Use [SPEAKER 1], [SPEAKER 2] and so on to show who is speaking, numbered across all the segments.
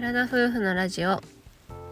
[SPEAKER 1] が夫婦のラジオ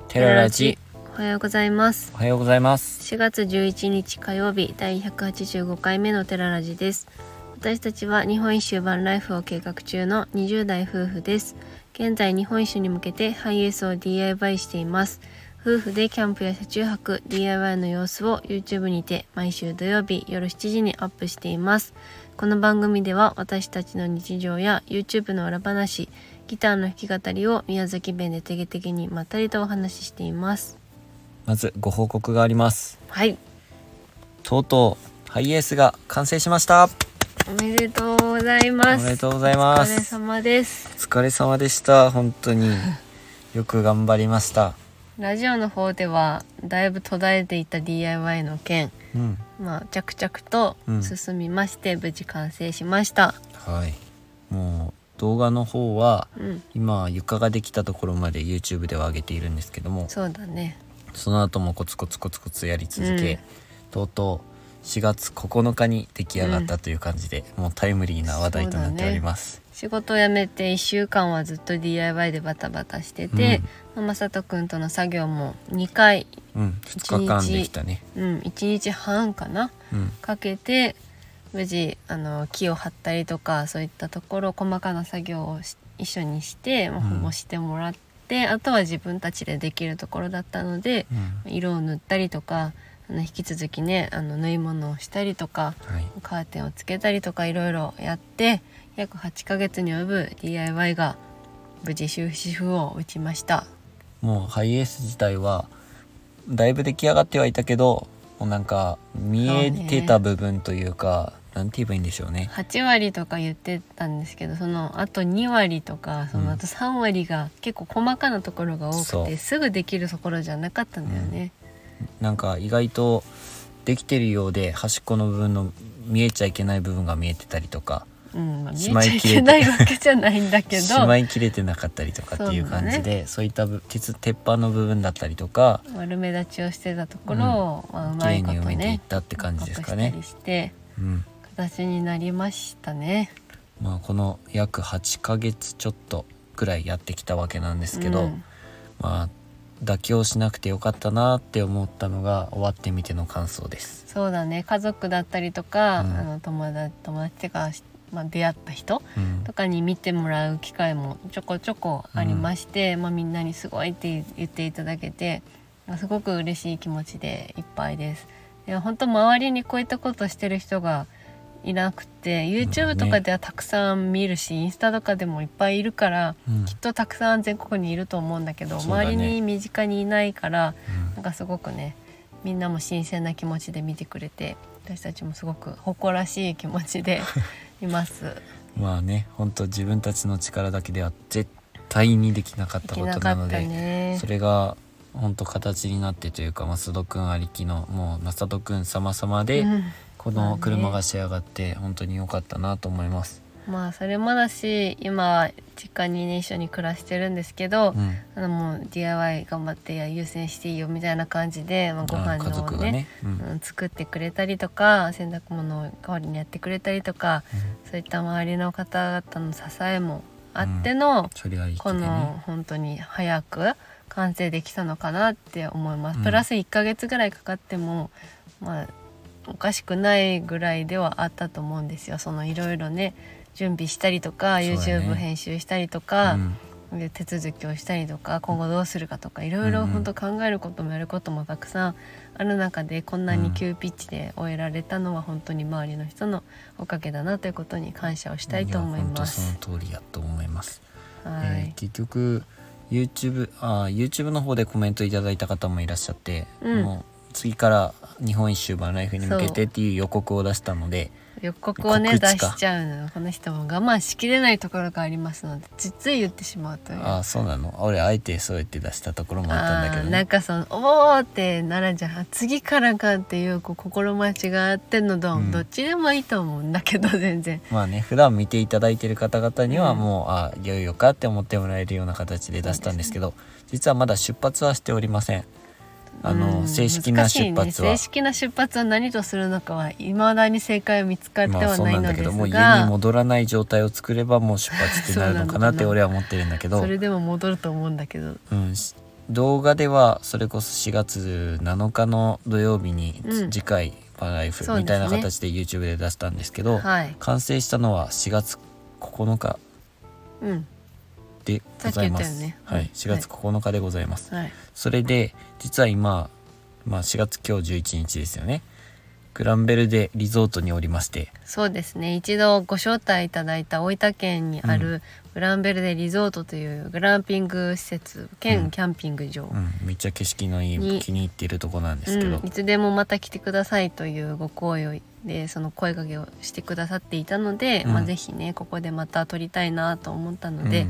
[SPEAKER 2] テララジ
[SPEAKER 1] おはようございます
[SPEAKER 2] おはようございます
[SPEAKER 1] 4月11日火曜日第185回目のテララジです私たちは日本一周バンライフを計画中の20代夫婦です現在日本一周に向けてハイエースを DIY しています夫婦でキャンプや車中泊 DIY の様子を YouTube にて毎週土曜日夜7時にアップしていますこの番組では私たちの日常や YouTube の裏話ギターの弾き語りを宮崎弁でてげてげにまったりとお話ししています
[SPEAKER 2] まずご報告があります
[SPEAKER 1] はい
[SPEAKER 2] とうとうハイエースが完成しました
[SPEAKER 1] おめでとうございます
[SPEAKER 2] おめでとうございます
[SPEAKER 1] お疲れ様です
[SPEAKER 2] お疲れ様でした本当によく頑張りました
[SPEAKER 1] ラジオの方ではだいぶ途絶えていた DIY の件
[SPEAKER 2] うん
[SPEAKER 1] まあ着々
[SPEAKER 2] うん
[SPEAKER 1] と進みまして、無事完成しました
[SPEAKER 2] はいもう動画の方は
[SPEAKER 1] うん
[SPEAKER 2] 今床ができたところまで YouTube では上げているんですけども
[SPEAKER 1] そうだね
[SPEAKER 2] その後もコツコツコツコツやり続け、
[SPEAKER 1] うん
[SPEAKER 2] とうとう4月9日に出来上がったという感じで、もうタイムリーな話題となっております、
[SPEAKER 1] 仕事を辞めて1週間はずっと DIY でバタバタしてて、まあまさとくんとの作業も2回
[SPEAKER 2] うん2日間できたね
[SPEAKER 1] うん1日半かな
[SPEAKER 2] うん
[SPEAKER 1] かけて無事あの木を張ったりとかそういったところ細かな作業をし一緒にして、まあ、
[SPEAKER 2] うん
[SPEAKER 1] ほぼしてもらって、あとは自分たちでできるところだったので
[SPEAKER 2] うん
[SPEAKER 1] 色を塗ったりとかあの引き続きねあの縫い物をしたりとか
[SPEAKER 2] はい
[SPEAKER 1] カーテンをつけたりとかいろいろやって約8ヶ月に及ぶ DIY が無事終止符を打ちました。
[SPEAKER 2] もうハイエース自体はだいぶ出来上がってはいたけどもうなんか見えてた部分というかなんて言えばいいんでしょうね
[SPEAKER 1] 8割とか言ってたんですけどそのあと2割とかそのあと3割が結構細かなところが多く
[SPEAKER 2] そ
[SPEAKER 1] て、
[SPEAKER 2] う
[SPEAKER 1] すぐできるところじゃなかったんだよね。
[SPEAKER 2] なんか意外とできてるようで端っこの部分の見えちゃいけない部分が見えてたりとか
[SPEAKER 1] うんまあ、見え
[SPEAKER 2] し
[SPEAKER 1] ちゃ
[SPEAKER 2] まい
[SPEAKER 1] い
[SPEAKER 2] き
[SPEAKER 1] け
[SPEAKER 2] れて
[SPEAKER 1] ないわけじゃないんだけど
[SPEAKER 2] しまいきれてなかったりとかっていう
[SPEAKER 1] そうだ
[SPEAKER 2] 感
[SPEAKER 1] ね
[SPEAKER 2] じでそう,、いったぶ鉄鉄板の部分だったりとか
[SPEAKER 1] 悪目立ちをしてたところを、うまあ、う
[SPEAKER 2] 綺
[SPEAKER 1] ま
[SPEAKER 2] 麗
[SPEAKER 1] い
[SPEAKER 2] に
[SPEAKER 1] こと
[SPEAKER 2] 埋めていっ
[SPEAKER 1] ね
[SPEAKER 2] たって感じですか
[SPEAKER 1] 隠
[SPEAKER 2] ね
[SPEAKER 1] したり。して
[SPEAKER 2] うん
[SPEAKER 1] 形になりましたね。
[SPEAKER 2] まあ、この約8ヶ月ちょっとくらいやってきたわけなんですけ
[SPEAKER 1] う
[SPEAKER 2] ど、
[SPEAKER 1] ん
[SPEAKER 2] まあ妥協しなくてよかったなって思ったのが終わってみての感想です。
[SPEAKER 1] そうだね家族だったりとか、
[SPEAKER 2] うん
[SPEAKER 1] あの友達友達っていうか、まあ、出会った人
[SPEAKER 2] うん
[SPEAKER 1] とかに見てもらう機会もちょこちょこありまして、まあ、みんなにすごいって言っていただけて、まあ、すごく嬉しい気持ちでいっぱいです。いや本当周りにこういったことしてる人がいなくて YouTube とかではたくさん見るし、インスタとかでもいっぱいいるから
[SPEAKER 2] うん
[SPEAKER 1] きっとたくさん全国にいると思うんだけど
[SPEAKER 2] そうだね
[SPEAKER 1] 周りに身近にいないから
[SPEAKER 2] うん
[SPEAKER 1] なんかすごくねみんなも新鮮な気持ちで見てくれて私たちもすごく誇らしい気持ちでいます。
[SPEAKER 2] まあね本当自分たちの力だけでは絶対にできなかっ
[SPEAKER 1] で
[SPEAKER 2] た
[SPEAKER 1] き
[SPEAKER 2] こ
[SPEAKER 1] な
[SPEAKER 2] と
[SPEAKER 1] か
[SPEAKER 2] な
[SPEAKER 1] った
[SPEAKER 2] ので、
[SPEAKER 1] ね
[SPEAKER 2] そ。れが本当形になってというか増戸くんありきのもう増戸くん様々で、
[SPEAKER 1] うん
[SPEAKER 2] こ
[SPEAKER 1] まあ
[SPEAKER 2] の
[SPEAKER 1] ね
[SPEAKER 2] 車が仕上がって本当に良かったなと思います。
[SPEAKER 1] まあそれもだし今実家にね一緒に暮らしてるんですけど、
[SPEAKER 2] うん
[SPEAKER 1] あのもう DIY 頑張ってや優先していいよみたいな感じで、まあ、ご
[SPEAKER 2] あ
[SPEAKER 1] 飯
[SPEAKER 2] の家
[SPEAKER 1] を
[SPEAKER 2] 族が
[SPEAKER 1] ね
[SPEAKER 2] ね、うん
[SPEAKER 1] うん、作ってくれたりとか洗濯物を代わりにやってくれたりとか、そういった周りの方々の支えもあっての、
[SPEAKER 2] それはいい
[SPEAKER 1] こ
[SPEAKER 2] ね。
[SPEAKER 1] の本当に早く完成できたのかなって思います、
[SPEAKER 2] うん
[SPEAKER 1] プラス1ヶ月ぐらいかかってもまあおかしくないぐらいではあったと思うんですよそのいろいろね準備したりとか、
[SPEAKER 2] そうだね
[SPEAKER 1] YouTube 編集したりと
[SPEAKER 2] う
[SPEAKER 1] か、
[SPEAKER 2] ん
[SPEAKER 1] で手続きをしたりとか今後どうするかとかいろい
[SPEAKER 2] うん
[SPEAKER 1] ろ
[SPEAKER 2] うん
[SPEAKER 1] 本当考えることもやることもたくさんある中でこんなに急ピッチで終えられたのは本当に周りの人のおかげだなということに感謝をしたいと思いま
[SPEAKER 2] や
[SPEAKER 1] す。
[SPEAKER 2] 本当その通りやと思います。
[SPEAKER 1] は
[SPEAKER 2] え
[SPEAKER 1] い
[SPEAKER 2] ー、結局 YouTube あー YouTube の方でコメントいただいた方もいらっしゃって、
[SPEAKER 1] うん
[SPEAKER 2] もう次から日本一周バンライフに向け
[SPEAKER 1] そう
[SPEAKER 2] てっていう予告を出したので
[SPEAKER 1] 予告をね
[SPEAKER 2] 告
[SPEAKER 1] 出
[SPEAKER 2] 知か
[SPEAKER 1] しちゃうのこの人も我慢しきれないところがありますのでついつい言ってしまうという
[SPEAKER 2] ああそうなの俺あえてそうやって出したところもあったんだけど
[SPEAKER 1] あーなん
[SPEAKER 2] ね
[SPEAKER 1] かその「おお!」ってならんじゃん次からかっていうこう心待ちがあってのど,、
[SPEAKER 2] うん
[SPEAKER 1] どっちでもいいと思うんだけど 全然
[SPEAKER 2] まあね普段見ていただいてる方々には
[SPEAKER 1] うん
[SPEAKER 2] もう、あーいよいよかって思ってもらえるような形で出したんですけど実はまだ出発はしておりませんあの、
[SPEAKER 1] うん
[SPEAKER 2] 正式な
[SPEAKER 1] 難しい
[SPEAKER 2] 出
[SPEAKER 1] ね
[SPEAKER 2] 発は、
[SPEAKER 1] 正式な出発は何とするのかはいまだに正解は見つかって
[SPEAKER 2] まあ
[SPEAKER 1] は
[SPEAKER 2] そう
[SPEAKER 1] な
[SPEAKER 2] ないん
[SPEAKER 1] の
[SPEAKER 2] だ
[SPEAKER 1] です
[SPEAKER 2] けどもう家に
[SPEAKER 1] が、
[SPEAKER 2] 戻らない状態を作ればもう出発ってなるのかなって
[SPEAKER 1] そうなのかな
[SPEAKER 2] 俺は思ってるんだけど
[SPEAKER 1] それでも戻ると思うんだけど
[SPEAKER 2] うん、し動画ではそれこそ4月7日の土曜日に
[SPEAKER 1] うん
[SPEAKER 2] 次回「パラライフ
[SPEAKER 1] そうですね
[SPEAKER 2] みたいな形で YouTube で出したんですけど
[SPEAKER 1] はい、
[SPEAKER 2] 完成したのは4月9日
[SPEAKER 1] うん
[SPEAKER 2] でございま
[SPEAKER 1] さっ
[SPEAKER 2] す、
[SPEAKER 1] き言ったよね
[SPEAKER 2] はい、4月9日でございます、
[SPEAKER 1] はい、
[SPEAKER 2] それで実は今、まあ、4月今日11日ですよねグランベルでリゾートにおりまして
[SPEAKER 1] そうですね一度ご招待いただいた大分県にあ
[SPEAKER 2] う
[SPEAKER 1] るグランベルデリゾートというグランピング施設兼、
[SPEAKER 2] うん
[SPEAKER 1] キャンピング場、
[SPEAKER 2] うん、めっちゃ景色のいい
[SPEAKER 1] に
[SPEAKER 2] 気に入っているとこなんですけど、
[SPEAKER 1] うん、いつでもまた来てくださいというご好意でその声かけをしてくださっていたので、
[SPEAKER 2] うん
[SPEAKER 1] まあ、ぜひねここでまた撮りたいなと思ったので、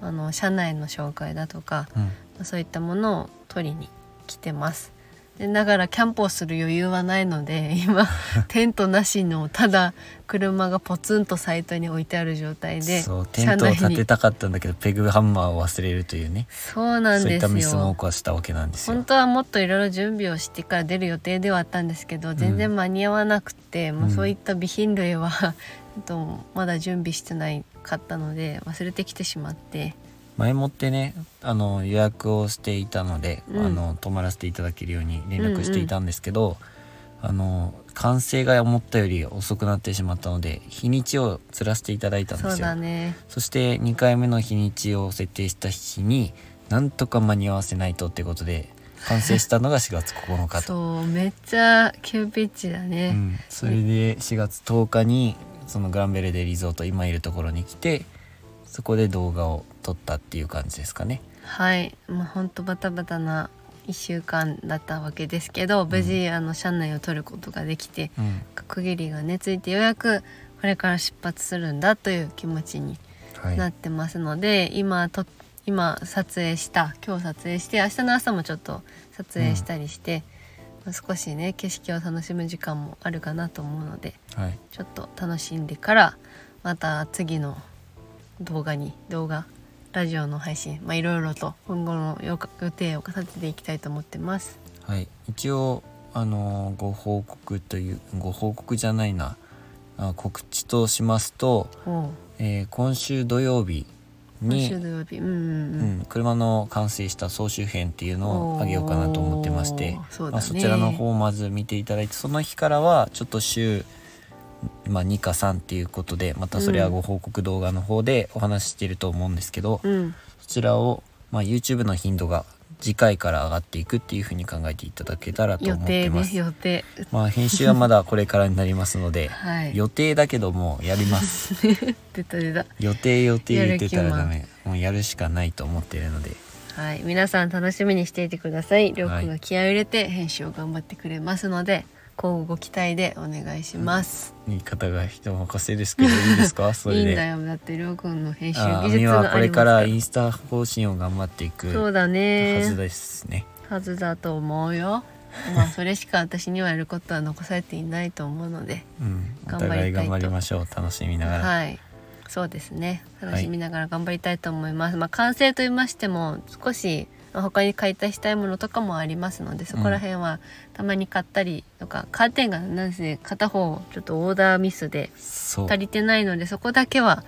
[SPEAKER 1] あの社内の紹介だとか
[SPEAKER 2] うんうん
[SPEAKER 1] まあそういったものを取りに来てます。でだからキャンプをする余裕はないので 今テントなしのただ車がポツンとサイトに置いてある状態で
[SPEAKER 2] そうテント
[SPEAKER 1] 車
[SPEAKER 2] を立
[SPEAKER 1] 内
[SPEAKER 2] て
[SPEAKER 1] に
[SPEAKER 2] たかったんだけどペグハンマーを忘れるというね
[SPEAKER 1] そうなん
[SPEAKER 2] そうい
[SPEAKER 1] で
[SPEAKER 2] ったミ
[SPEAKER 1] す
[SPEAKER 2] スも
[SPEAKER 1] よ
[SPEAKER 2] 起こしたわけなんです
[SPEAKER 1] 本
[SPEAKER 2] よ。
[SPEAKER 1] 当はもっといろいろ準備をしてから出る予定ではあったんですけど全然間に合わなくて、もうそういった備品類は ちょっとまだ準備してないかったので忘れてきてしまって
[SPEAKER 2] 前もってねあの予約をしていたので、
[SPEAKER 1] うん
[SPEAKER 2] あの泊まらせていただけるように連絡していたんですけど、あの完成が思ったより遅くなってしまったので日にちをずらしていただいたんで
[SPEAKER 1] そう
[SPEAKER 2] すよ。
[SPEAKER 1] だね
[SPEAKER 2] そして2回目の日にちを設定した日になんとか間に合わせないとってこ とで完成したのが4月9日と。
[SPEAKER 1] そうめっちゃ急ピッチだね。
[SPEAKER 2] うん、それで4月10日にそのグランベルデリゾート今いるところに来てそこで動画を撮ったっていう感じですかね。
[SPEAKER 1] はい、まあ本当バタバタな1週間だったわけですけど無事、あの車内を取ることができて
[SPEAKER 2] うん
[SPEAKER 1] 区切りがねついてようやくこれから出発するんだという気持ちに
[SPEAKER 2] はい
[SPEAKER 1] なってますので、今と今撮影した今日撮影して明日の朝もちょっと撮影したりして、まあ少しね景色を楽しむ時間もあるかなと思うので
[SPEAKER 2] はい
[SPEAKER 1] ちょっと楽しんでからまた次の動画に動画ラジオの配信まあいろいろと今後の予予定を立てていきたいと思ってます。
[SPEAKER 2] はい、一応、あのーご報告というご報告じゃないなあ告知としますと、
[SPEAKER 1] おう
[SPEAKER 2] えー今週土曜日
[SPEAKER 1] 今
[SPEAKER 2] に
[SPEAKER 1] 週土曜日うんうん
[SPEAKER 2] う
[SPEAKER 1] うん
[SPEAKER 2] ん、車の完成した総集編っていうのをあげようかなと思ってまして
[SPEAKER 1] おーそうだね
[SPEAKER 2] まあ、そちらの方をまず見ていただいてその日からはちょっと週、まあ、2か3っていうことでまたそれはご報告動画の方でお話ししてると思うんですけど、
[SPEAKER 1] うん
[SPEAKER 2] そちらを、まあ、YouTube の頻度が次回から上がっていくっていうふうに考えていただけたらと
[SPEAKER 1] 予
[SPEAKER 2] 思って
[SPEAKER 1] 定
[SPEAKER 2] ま。
[SPEAKER 1] ですす予定
[SPEAKER 2] まあ、編集はまだこれからになりますので、
[SPEAKER 1] はい
[SPEAKER 2] 予定だけどもうや ります。
[SPEAKER 1] 出た出た
[SPEAKER 2] 予定予定言ってたらダメ。もうやるしかないと思ってるので。
[SPEAKER 1] はい皆さん楽しみにしていてくださいりょうくん
[SPEAKER 2] は
[SPEAKER 1] が
[SPEAKER 2] い
[SPEAKER 1] 気合を入れて編集を頑張ってくれますので今後ご期待でお願いします、
[SPEAKER 2] 言い方が人任せですけどいいですかそ れ
[SPEAKER 1] い
[SPEAKER 2] で
[SPEAKER 1] いんだよだってりょうくんの編集技
[SPEAKER 2] あ
[SPEAKER 1] 術があ
[SPEAKER 2] み
[SPEAKER 1] ります
[SPEAKER 2] は
[SPEAKER 1] か
[SPEAKER 2] こ
[SPEAKER 1] ら
[SPEAKER 2] れからインスタ更新を頑張っていく
[SPEAKER 1] そう
[SPEAKER 2] は
[SPEAKER 1] だね
[SPEAKER 2] ずですね、
[SPEAKER 1] はずだと思う よまあそれしか私にはやることは残されていないと思うので
[SPEAKER 2] うん、お
[SPEAKER 1] 頑張りたいと
[SPEAKER 2] 互い頑張りましょう楽しみながら、
[SPEAKER 1] はいそうですね楽しみながら頑張りたいと思います、まあ完成と言いましても少しまあ他に解体したいものとかもありますのでそこら辺はたまに買ったりとか、カーテンがなんせ片方ちょっとオーダーミスで
[SPEAKER 2] そう
[SPEAKER 1] 足りてないのでそこだけは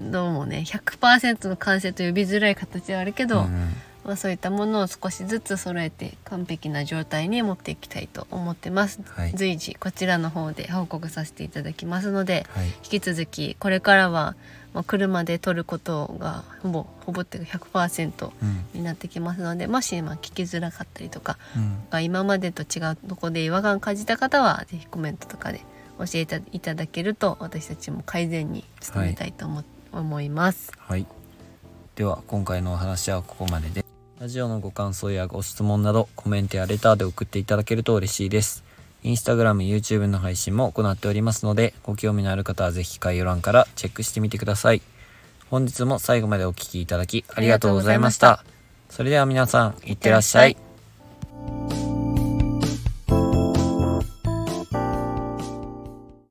[SPEAKER 1] どうもね100%の完成と呼びづらい形はあるけど、
[SPEAKER 2] うん
[SPEAKER 1] まあ、そういったものを少しずつ揃えて完璧な状態に持っていきたいと思ってます、
[SPEAKER 2] はい
[SPEAKER 1] 随時こちらの方で報告させていただきますので
[SPEAKER 2] はい
[SPEAKER 1] 引き続きこれからは、まあ、車で撮ることがほぼほぼっていうか100%
[SPEAKER 2] うん
[SPEAKER 1] になってきますのでもしまあ聞きづらかったりとか
[SPEAKER 2] うん
[SPEAKER 1] が今までと違うとこで違和感感じた方はぜひコメントとかで教えていただけると私たちも改善に努めたいと思,、思います。
[SPEAKER 2] はいでは今回のお話はここまででラジオのご感想やご質問などコメントやレターで送っていただけると嬉しいですインスタグラム YouTube の配信も行っておりますのでご興味のある方はぜひ概要欄からチェックしてみてください本日も最後までお聴きいただきありがとうございましたそれでは皆さんいってらっしゃい